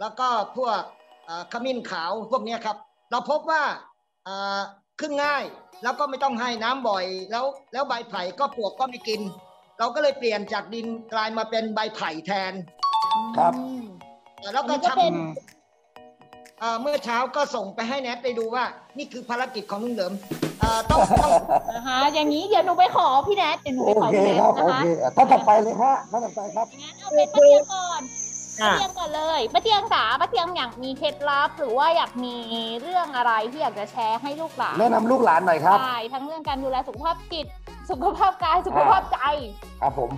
C: แล้วก็พวกอ่าขมิ้นขาวพวกเนี้ยครับ เราพบว่า อ่าขึ้นง่ายแล้วก็ไม่ต้องให้น้ำบ่อยแล้วแล้วใบไผ่ก็ปลวกก็ไม่กิน เราก็เลยเปลี่ยนจากดินกลายมาเป็นใบไผ่แทน
B: ครับ
A: อืม
C: แล้ว
A: อัน
C: ก็
A: นี้ก็
C: ท
A: เป็น
C: ำเอ่อเมื่อเช้าก็ส่งไปให้แนทได้ดูว่า นี่คือภารกิจของลุงเหลิมเอ่อ ต้องต้อง
A: นะคะ อย่างนี้เดี๋ยวหนูไปขอพี่แนทเดี๋ยวหนูไป
B: โอ
A: ขอ
B: เค
A: พี่แนท
B: ค
A: นะคะ
B: รับโอเคอ่ะท่านต่อไปเลยฮะท่านต่อไปครับ
A: งั้นเอาเป็นป้าเตียงก่อนป้าเตียงก่อนเลยป้าเตียงจ๋าป้าเตียงอยากมีเคล็ดลับหรือว่าอยากมีเรื่องอะไรที่อยากจะแชร์ให้ลูกหลาน
B: แนะนำลูกหลานหน่อยครับ
A: ใช่ทั้งเรื่องการดูแลสุขภาพจิต สุขภาพกายสุขภาพใจ
B: ครับผม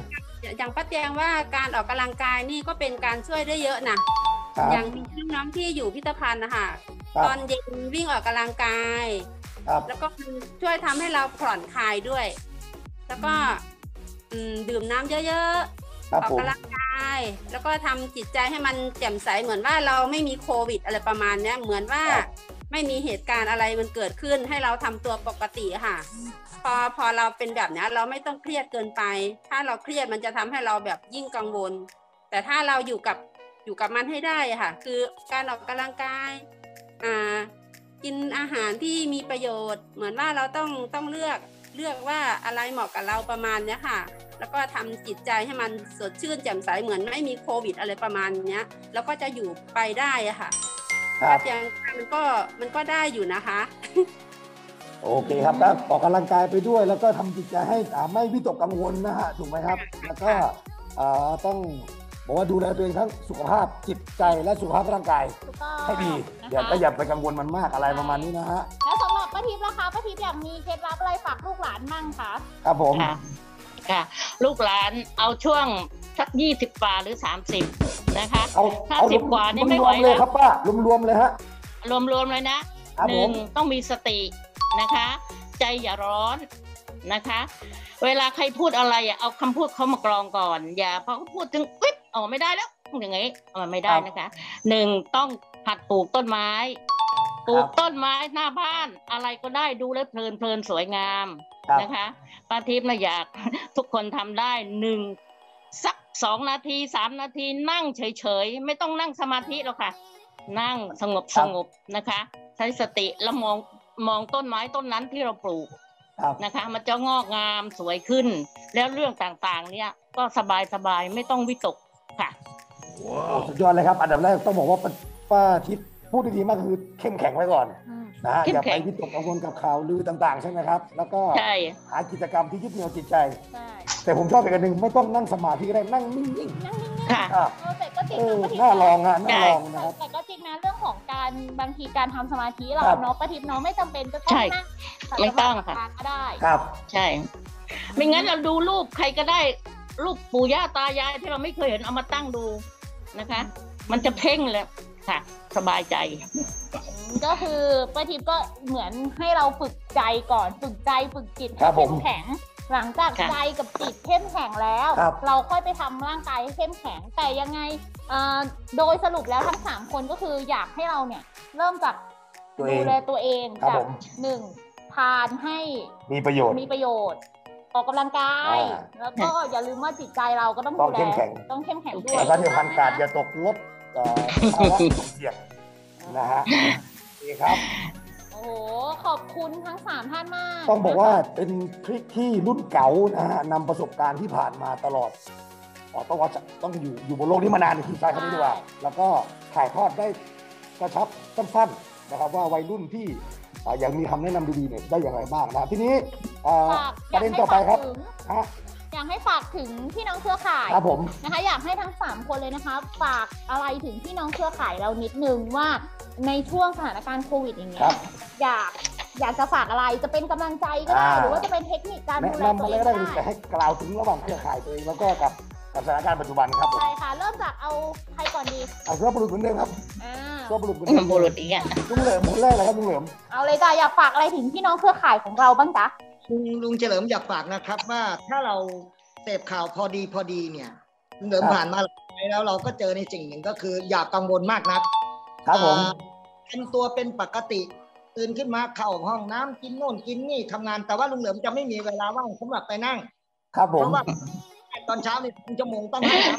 D: อย่างป้าเตียงว่าการออกกำลังกายนี่ก็เป็นการช่วยได้เยอะนะ
B: ครับ
D: อย่างน้องๆที่อยู่พิพิธภัณฑ์นะคะ
B: ครั
D: ต
B: บ
D: อนเย็นวิ่งออกกำลังกาย
B: ครับ
D: แล้วก็ช่วยทำให้เราผ่อนคลายด้วย แล้วก็อืมดื่มน้ำเยอะ
B: ค
D: ๆอ
B: รับ
D: อก
B: ผม
D: กำลังกาย แล้วก็ทำจิตใจให้มันแจ่มใสเหมือนว่าเราไม่มีโควิดอะไรประมาณเนี้ยเหมือนว่าไม่มีเหตุการณ์อะไรมันเกิดขึ้นให้เราทำตัวปกติค่ะ พอพอเราเป็นแบบเนี้ยเราไม่ต้องเครียดเกินไป ถ้าเราเครียดมันจะทำให้เราแบบยิ่งกังวล แต่ถ้าเราอยู่กับอยู่กับมันให้ได้อะค่ะ คือการออกกำลังกายอ่ากินอาหารที่มีประโยชน์ เหมือนว่าเราต้องต้องเลือกเลือกว่าอะไรเหมาะกับเราประมาณเนี้ยค่ะ แล้วก็ทำจิตใจให้มันสดชื่นแจ่มใสเหมือนไม่มีโควิดอะไรประมาณเนี้ย แล้วก็จะอยู่ไปได้อะค่ะ
B: ครับ
D: อย่างมันก็มันก็ได้อยู่นะคะ
B: โอเคครับก็ออกกำลังกายไปด้วยแล้วก็ทำจิตใจให้อ่าไม่วิตกกังวลนะฮะถูกไหมครับ แล้วก็อ่าต้องบอกว่าดูแลตัวเองทั้งสุขภาพจิตใจและสุขภาพร่างกาย
A: ถูกต้อง
B: ให้ดี
A: นะคะ
B: อย่าก็อย่าไปกังวลมันมากอะไรประมาณนี้นะฮะ
A: แล้วสำหรับป้าทิพย์ล่ะคะป้าทิพย์อยากมีเคล็ดลับอะไรฝากลูกหลานมั่งคะ
B: ครับผม
E: ค่ะ ค่ะ ลูกหลานเอาช่วงสักยี่สิบกว่าหรือสามสิบนะคะ
B: เอา
E: ห้า
B: เอา
E: สิบกว่านี่ไม่
B: ร
E: ไห
B: ว
E: ว
B: มๆเลย
E: นะ
B: ครับป้ารวมๆเลยฮะ
E: รวมๆเลยนะ
B: ครับ
E: ห
B: ผ
E: นึ่
B: ม
E: งต้องมีสตินะคะ ใจอย่าร้อนนะคะ เวลาใครพูดอะไรอะเอาคำพูดเขามากรองก่อน อย่าพอเขาพูดถึงปิ๊บอ๋อไม่ได้แล้วอย่างงี้อ๋อไม่ได้นะคะหนึ่งต้องหัดปลูกต้นไม้ปลูกต้นไม้หน้าบ้านอะไรก็ได้ดูแล้วเพลินเพลินสวยงาม
B: ครับ
E: นะคะป้าทิพย์นะอยาก ทุกคนทำได้หนึ่งสักสองนาทีสามนาทีนั่งเฉยๆ ไม่ต้องนั่งสมาธิหรอกค่ะ นั่งสงบ
B: ครั
E: ส
B: บ
E: งบนะคะ ใช้สติแล้วมองมองต้นไม้ต้นนั้นที่เราปลูก
B: ครับ
E: นะคะ มันจะงอกงามสวยขึ้น แล้วเรื่องต่างๆ เนี่ยก็สบายสบายๆไม่ต้องวิตกค่ะ
B: โอ้สุดยอดเลยครับ อันดับแรกต้องบอกว่าป้าป้าทิศพูดได้ดีมากคือเข้มแข็งไว้ก่อนนะฮะ
E: เข้
B: อ
E: ม
B: ย่า
E: แข็
B: ไป
E: ง
B: วิตกกังวลกับข่าวลือต่างๆ ใช่ไหมครับแล้วก็
E: ใช่
B: หากิจกรรมที่ยึดเหนี่ยวจิตใจ
A: ใช่
B: แต่ผมชอบอีกอันหนึ่งไม่ต้องนั่งสมาธิก็ได้นั่งนิ่ง
A: นั่งนิ่ง
E: ค่ะ
B: ๆอ่ะ
A: ๆเออแต่ก็จริ
B: เอง
A: นะ
B: อ
A: ป้าทิพย์
B: น่าลอง
A: เน
B: อ่ะน่าลองนะ
A: อะ
B: ครับ
A: แต่ก็จริงนะเรื่องของการบางทีการทำสมาธิเรา
B: ครับ
A: เนาะป้าทิพย์เนาะไม่จำเป็นจะต้อง
E: ใช่
A: นั่ง
E: ไม่ต้องค่ะ
A: ก็ได้
B: ครับ
E: ใช่ ไม่งั้นเราดูรูปใครก็ได้ ลูกปู่ย่าตายายที่เราไม่เคยเห็นเอามาตั้งดูนะคะ มันจะเพ่งแล้วค่ะ สบายใจ
A: ก็คือป้าทิพย์ก็เหมือนให้เราฝึกใจก่อน ฝึกใจฝึกจิตให้
B: ครับผ
A: เข้
B: ม
A: มแข็ง หลังจาก
E: ครับ
A: ใจกับจิตเข้มแข็งแล้ว
B: ครับ
A: เราค่อยไปทำร่างกายให้เข้มแข็ง แต่ยังไงเอ่อโดยสรุปแล้วทั้งสามคนก็คืออยากให้เราเนี่ย เริ่มจาก
B: ตัวเอ
A: ดู
B: ง
A: แลตัวเอง
B: ครับ
A: จา
B: ผ
A: ก
B: ม
A: หนึ่งทานให้
B: มีประโยชน์
A: มีประโยชน์ ออกกำลังกาย
B: อ่า
A: แล้วก็อย่าลืมว่าจิตใจเราก็ต้องดู
B: ต้อง
A: แล
B: เข้มแข็ง
A: ต้องเข้มแข็งด้วย
B: แล้วก็ที่สำคัญกาดอย่าตกลดเอ่อภาวะสุ่มเสี่ยงนะฮะนี่ครับ
A: โอ้โหขอบคุณทั้งสามท่านมาก
B: ต้องบอกว่าเป็นทริคที่รุ่นเก่านะฮะนำประสบการณ์ที่ผ่านมาตลอดเอ่อต้องว่าจะต้องอยู่อยู่บนโลกนี้มานานคือใช้คำนี้ดีกว่า
A: ใช่
B: แล้วก็ถ่ายทอดได้กระชับสั้นๆนะครับ ว่าวัยรุ่นที่เอ่อยังมีคำแนะนำดีๆเนี่ยได้อย่างไรบ้างนะทีนี้เอ่อ
A: ฝาก
B: ประเด็นต่อไปครับฮะ
A: อยากให้ฝากถึงพี่น้องเครือข่าย
B: ครับผม
A: นะคะ อยากให้ทั้ง 3 คนเลยนะคะ ฝากอะไรถึงพี่น้องเครือข่ายเรานิดนึงว่าในช่วงสถานการณ์โควิดอย่างเงี้
B: ครั
A: ย
B: บ
A: อยากอยากจะฝากอะไรจะเป็นกำลังใจก็ได้
B: อ่า
A: หรือว่าจะเป็นเทคนิคการ
B: แนะ
A: ดูแล
B: นำ
A: ตั
B: มาว
A: เอ
B: แล้
A: ง
B: ว
A: ก็
B: ได้
A: ได้
B: แต่ให้กล่าวถึงระหว่างเครือข่ายตัวเองแล้วก็กับกับสถานการณ์ปัจจุบันครับผม
A: ใช่ค่ะ เริ่มจากเอาใครก่อนดี
B: เอาเครือบุรุษเหมือนเดิมครับ
A: อ่า
B: เครือบุรุษเหมือน
E: อื
B: เดิ
E: ม
B: ม
E: บุรุษอีกอ่ะ
B: ลุงเหลิมคนแรกเลยครับลุงเหลิม
A: เอาเลยจ้ะอยากฝากอะไรถึงพี่น้องเครือข่ายของเราบ้างจ๊ะ
C: ลุงลุงเฉลิมอยากฝากนะครับว่าถ้าเราเสพข่าวพอดีพอดีเนี่ยลุงเฉลิม
B: ครับ
C: ผ่านมาหลายปีแล้วเราก็เจอในสิ่งหนึ่งก็คือ อย่ากังวลมากนัก
B: ครับผม
C: อ่าทำตัวเป็นปกติตื่นขึ้นมาเข้าห้องน้ำกินโน่นกินนี่ทำงานแต่ว่าลุงเหลิมจะไม่มีเวลาว่างสำหรับไปนั่ง
B: ครับผม
C: เพราะว่าตอนเช้านี่คงจะมงต้องให้น้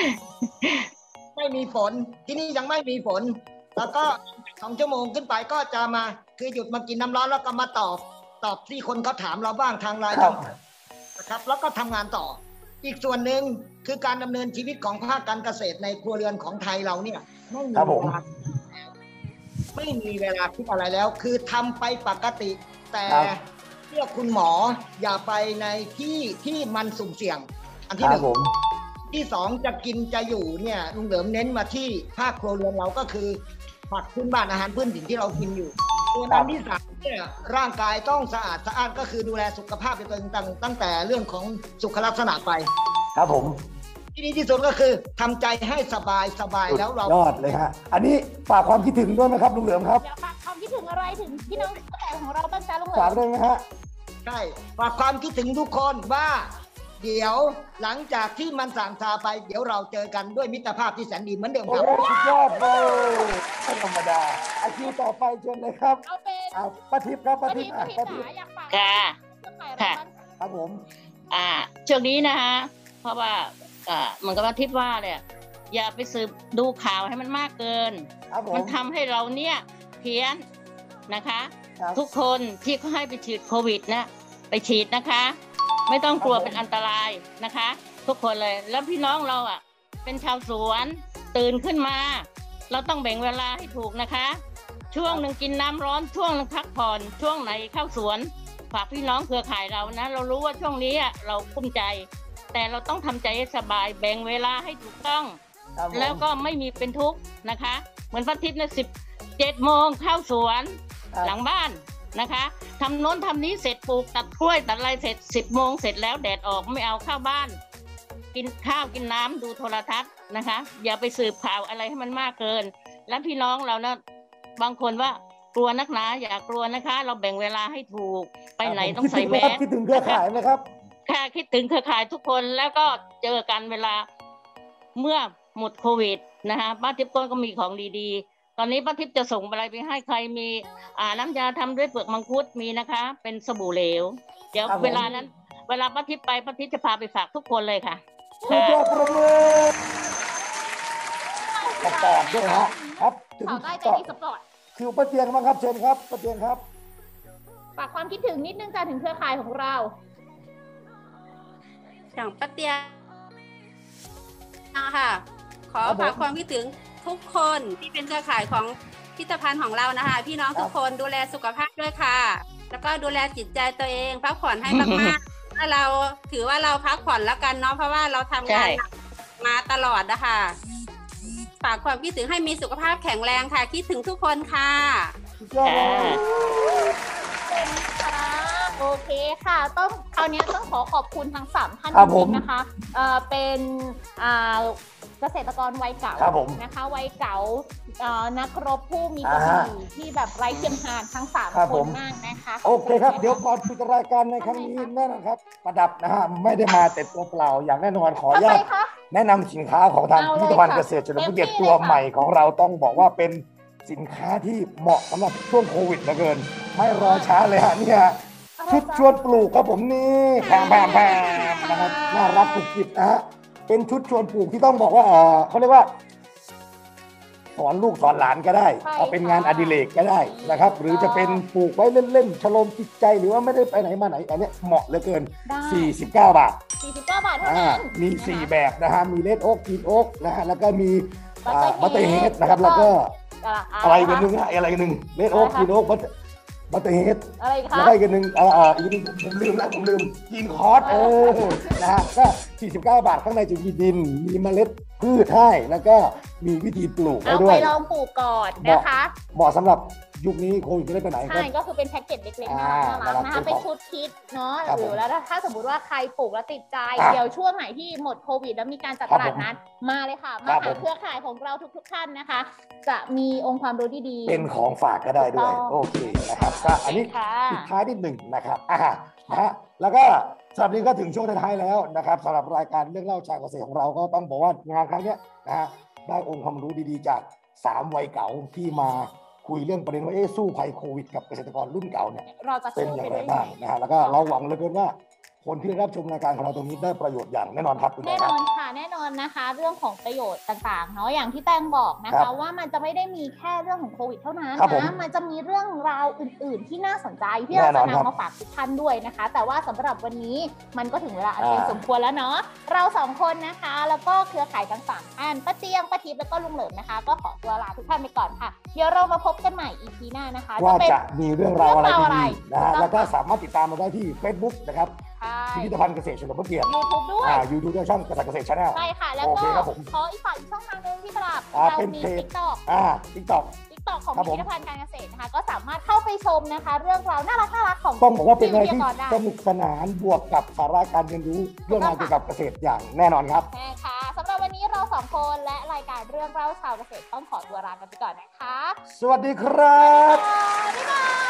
C: ำไม่มีฝนที่นี่ยังไม่มีฝน แล้วก็สองชั่วโมงขึ้นไปก็จะมา คือหยุดมากินน้ำร้อนแล้วก็มาตอบ ตอบที่คนเขาถามเราบ้างทางไลน์
B: ครับ
C: นะครับ แล้วก็ทำงานต่อ อีกส่วนหนึ่งคือการดำเนินชีวิตของภาคการเกษตรในครัวเรือนของไทยเราเนี่ยไม่มี
B: ครับผม
C: เวลาไม่มีเวลาคิดอะไรแล้ว คือทำไปปกติ แต่
B: ครับ
C: เชื่อคุณหมออย่าไปในที่ที่มันสุ่มเสี่ยง อัน
B: ค
C: ที่ห
B: รับ
C: นึ่ง
B: ผม
C: ที่สองจะกินจะอยู่เนี่ยลุงเหลิมเน้นมาที่ภาคครัวเรือนเราก็คือผักพื้นบ้านอาหารพื้นถิ่นที่เรากินอยู่ส่วน
B: ครั
C: อั
B: บ
C: นที่สามเนี่ยร่างกายต้องสะอาดสะอ้านก็คือดูแลสุขภาพในตัวเองตั้งตั้งแต่เรื่องของสุขลักษณะไป
B: ครับผม
C: ที่ดีที่สุดก็คือทำใจให้สบายสบายแล้วเรา
B: ยอดเลยฮะ อันนี้ฝากความคิดถึงด้วยไหมครับลุงเหลิมครับ
A: อยากฝากความคิดถึงอะไรถึงพี่น้องเครือข่ายของเราบ้างจ๊ะลุงเหลิ
B: ฝาม กด้วยนะฮะ
C: ใช่ฝากความคิดถึงทุกคนว่า เดี๋ยวหลังจากที่มันสางซาไป เดี๋ยวเราเจอกันด้วยมิตรภาพที่แสนดีเหมือนเดิม
B: โอ้
C: ครับ
B: โหสุดยอดเลยไม่ธรรมดาอาชีพต่อไปเชิญเลยครับ
A: เอาเป็น
B: เอาป้าทิพย์ครับป้า
A: ป้า
B: ทิ
A: ทิ
B: พ
A: พ
B: ย์
A: ย์
B: อ่ะ
A: ป้าทิพย์
B: ป้าทิพย์
A: จ๋าอยากฝาก
E: ค่ะ
A: เครือข่ายเรา
E: ค่ะ
A: บ้าง
B: ครับผม
E: อ่าช่วงนี้นะคะเพราะว่าอ่าเหมือนกับว่าทิศว่าเนี่ยอย่าไปสืบดูข่าวให้มันมากเกิน
B: ครับผม
E: มันทำให้เราเนี่ยเพี้ยนนะคะ
B: ครับ
E: ทุกคนที่เขาให้ไปฉีดโควิดนะไปฉีดนะคะ ไม่ต้องกลัว
B: ครับผม
E: เป็นอันตรายนะคะ ทุกคนเลยแล้วพี่น้องเราอ่ะ เป็นชาวสวนตื่นขึ้นมา เราต้องแบ่งเวลาให้ถูกนะคะ ช่วงหนึ่งกินน้ำร้อนช่วงหนึ่งพักผ่อนช่วงไหนเข้าสวน ฝากพี่น้องเครือข่ายเรานะ เรารู้ว่าช่วงนี้อะเรากุ้มใจ แต่เราต้องทำใจให้สบายแบ่งเวลาให้ถูกต้อง
B: ครับผม
E: แล้วก็ไม่มีเป็นทุกข์นะคะ เหมือนพระอาทิตย์นะสิบเจ็ดโมงเข้าสวน
B: ครับ
E: หลังบ้านนะคะทำโน้นทำนี้เสร็จปลูกตัดกล้วยตัดอะไรเสร็จสิบโมงเสร็จแล้วแดดออกไม่เอาเข้าบ้าน กินข้าวกินน้ำดูโทรทัศน์นะคะ อย่าไปสืบข่าวอะไรให้มันมากเกิน และพี่น้องเรานะบางคนว่ากลัวนักหนาอย่ากลัวนะคะ เราแบ่งเวลาให้ถูกไปไหนต้องใส่แมส
B: คิดถึงเครือข่ายไหมครับ
E: ค่ะคิดถึงเครือข่ายทุกคนแล้วก็เจอกันเวลาเมื่อหมดโควิดนะคะป้าทิพย์ต้นก็มีของดีๆ ตอนนี้ป้าทิพย์จะส่งอะไรไปให้ใครมีอ่าน้ำยาทำด้วยเปลือกมังคุดมีนะคะ เป็นสบู่เหลว เดี๋ยว
B: ครับผม
E: เวลานั้น เวลาป้าทิพย์ไปป้าทิพย์จะพาไปฝากทุกคนเลยค่ะ
B: สุดยอดประเมินประกอบด้วยฮะครับถึง
A: ข่าวใต้เจ
B: ต่อ
A: นี่สปอร์ต
B: คิวป้าเตียงบ้างครับเชิญครับป้าเตียงครับ
A: ฝากความคิดถึงนิดนึงจ้าถึงเครือข่ายของเรา
D: อย่างป้าเตียนะคะขอ
B: ครับผม
D: ฝากความคิดถึงทุกคนที่เป็นเครือข่ายของพิพิธภัณฑ์ของเรานะคะ พี่น้อง
B: ครับ
D: ทุกคนดูแลสุขภาพด้วยค่ะ แล้วก็ดูแลจิตใจตัวเองพักผ่อนให้มากๆถ้าเราถือว่าเราพักผ่อนแล้วกันเนาะเพราะว่าเราทำงา
E: ใช่
D: นหนักมาตลอดนะคะฝากความคิดถึงให้มีสุขภาพแข็งแรงค่ะ คิดถึงทุกคนค่ะ
B: สุดยอดเลย
A: คร
E: ค่ะ
A: ับ โอเคค่ะ ต้องคราวนี้ต้องขอขอบคุณทั้งสามท่าน
B: ครับผม
A: จงๆนะคะเอ่อเป็นอ่าเกษตรกรวัยเก่า
B: ครับผม
A: นะคะวัยเก่าเอ่อนักรบผู้มี
B: อ่า
A: บุ
B: ฮะ
A: ญที่แบบไร้เทียมทานทั้งสาม
B: ครับ
A: ค
B: ผ
A: น
B: ม
A: มากนะคะ
B: โอเคครับ
A: ขณ
B: เดี๋ยว
A: นะะ
B: ก่อนปิดรายการในครั้งนี้แน่นะครับ ประดับนะฮะไม่ได้มาแต่ตัวเปล่าอย่างแน่นอนขออ
A: ทำ
B: นุญา
A: ไม
B: ต
A: คะ
B: แนะนำสินค้าของทาง
A: เอาเลย
B: พิพิธภัณฑ์
A: ค่ะ
B: เกษตรเฉลิมพระเกียรติ
A: เต็มที่
B: ตัว
A: เลยค่ะ
B: ใหม่ของเราต้องบอกว่าเป็นสินค้าที่เหมาะสำหรับช่วงโควิดเหลือเกิน ไม่รอช้าเลยฮะเนี่ย ชุดชวนปลูกครับผมนี่แพงแพงแพงนะครับน่ารักสุดจิตนะฮะเป็นชุดชวนปลูกที่ต้องบอกว่าเออเขาเรียกว่า สอนลูกสอนหลานก็ได้
A: ใช่
B: เอาเป็น
A: ค่ะ
B: งานอดิเรกก็ได้นะครับ หรือ
A: ถูกต้
B: จะ
A: อง
B: เป็นปลูกไว้เล่นๆชโลมจิตใจหรือว่าไม่ได้ไปไหนมาไหน อันเนี้ยเหมาะเหลือเกิน
A: ได้
B: 49 บาท
A: 49 บาทเท่า
B: อ่า
A: นั้น
B: มี
A: นะคะ
B: 4 แบบนะฮะมีเลดโอ๊กกีนโอ๊กนะฮะแล้วก็มีบัตเตอ
A: Butter
B: ร์เฮ
A: Head
B: ดนะครับ แล้วก็
A: อะ
B: อะไร
A: ไร
B: กัน
A: คะ
B: นึงฮะอะไรกันนึงเลดโอ๊กกีนโอ๊กบัตเตอร์เฮด
A: อะไรอีก
B: แล้ว
A: คะ
B: ก็อีกอันหนึ่งเอ่อเอ่ออีกนิดผมลืมแล้วผมลืมกินคอร์สเออนะฮะก็ 49 บาทข้างในจะมีดิน มีเมล็ดพืชให้แล้วก็มีวิธีปลูกให้
A: เอา
B: ด้
A: ไป
B: วย
A: ลองปลูกก่อนนะคะ
B: เหมาะสำหรับยุคนี้โควิดไม่ได้ไปไหนค
A: ใช่
B: รับ
A: ก็คือเป็นแพ็กเกจเล็กๆน่า
B: อ่า
A: รักๆนะ
B: น่ารั
A: คะ
B: ก
A: เป็นชุดคิดเนาะ
B: ครับ
A: หรือ
B: ผม
A: แล้วถ้าสมมติว่าใครปลูกแล้วติดใจ
B: อ่ะ
A: เดี๋ยวช่วงไหนที่หมดโควิดแล้วมีการจัด
B: ครั
A: ต
B: บ
A: ลาด
B: ผม
A: นัดมาเลยค่ะ
B: ค
A: มา
B: รับ
A: หา
B: ผม
A: เครือข่ายของเราทุกๆท่านนะคะ จะมีองค์ความรู้ดีๆ
B: เป็นของฝากก็ได้ด้วย
A: ถูกต้อง
B: โอเคนะครับก็อันนี้
A: ค่ะ
B: ปิดท้ายนิดหนึ่งนะครับอ่านะฮะแล้วก็สำหรับนี้ก็ถึงช่วงท้ายๆแล้วนะครับสำหรับรายการเรื่องเล่าชาวเกษตรของเราก็ต้องบอกว่างานครั้งเนี้ยนะฮะได้องค์ความรู้ดีๆจากสามวัยเก่าที่มาคุยเรื่องประเด็นว่าเอ๊ะสู้ภัยโควิดกับเกษตรกรรุ่นเก่าเนี่ย
A: เราจะ
B: เป็น
A: สู้
B: อย่า
A: ไป
B: งไร
A: ด้วย
B: บ้างนะฮะแล้วก็เราหวังเหลือเกินว่า คนที่ได้รับชมรายการของเราตรงนี้ได้ประโยชน์อย่างแน่นอนครับคุณหม
A: แน่
B: อน ครั
A: อบ นค่ะแน่นอนนะคะ เรื่องของประโยชน์ต่างๆเนาะอย่างที่แตงบอกนะ
B: ครั
A: คะ
B: บ
A: ว่ามันจะไม่ได้มีแค่เรื่องของโควิดเท่านั้น
B: ครับผม
A: นะมันจะมีเรื่องราวอื่น ๆ ที่น่าสนใจที่เรา
B: แน่น
A: จะ
B: อนครับ
A: นำมาฝากทุกท่านด้วยนะคะ แต่ว่าสำหรับวันนี้มันก็ถึงเวลาอันเป็น
B: อ่า
A: สมควรแล้วเนาะเราสองคนนะคะ แล้วก็เครือข่ายทั้งสามท่านป้าเตียงป้าทิพย์แล้วก็ลุงเหลิมนะคะ ก็ขอตัวลาทุกท่านไปก่อนค่ะเดี๋ยวเรามาพบกันใหม่อีพีหน้านะคะ
B: ว่า
A: เป็น
B: จะมีเรื่องราวอะไร
A: เรื่องราวอะไร
B: ดีๆนะฮะแล้วก็สามารถติดตามเราได้ที่ Facebook นะครับ
A: ใช่
B: พิพิธภัณฑ์เกษตรเฉลิมพระเกียรติ
A: ยูทูบด้วย
B: อ่ายูทูบช่องเกษตรเกษตรชาแนล
A: ใช่ค่ะ แล้ว
B: โอ
A: ก็
B: เคครับผม
A: ขออีกฝากอีกช่องทางหนึงที่ตลาด
B: อ่า
A: เรา
B: เป็น
A: มี
B: เพจ
A: t ิ k ตอ k
B: อ่าทิกตอก
A: t ิ k ตอ k ของ
B: ครับ
A: พิ
B: ผม
A: พิธภัณฑ์การเกษตรนะคะ ก็สามารถเข้าไปชมนะคะ เรื่องราวน่ารักน่ารักๆของ
B: ต้องบอกว่าเป็นอะไร
A: ติ
B: ที่
A: ดต่อได้
B: สนุกสนานบวกกับสาระการเรียนรู้เรื่องราวเกี่ยวกับเกษตรอย่างแน่นอนครับ
A: แม่ค่ะสำหรับวันนี้เราสองคนและรายการเรื่องเล่าชาวเกษตรต้องขอตัวลากันไปก่อนนะคะ
B: สวัสดีครับ
A: บ๊ายบาย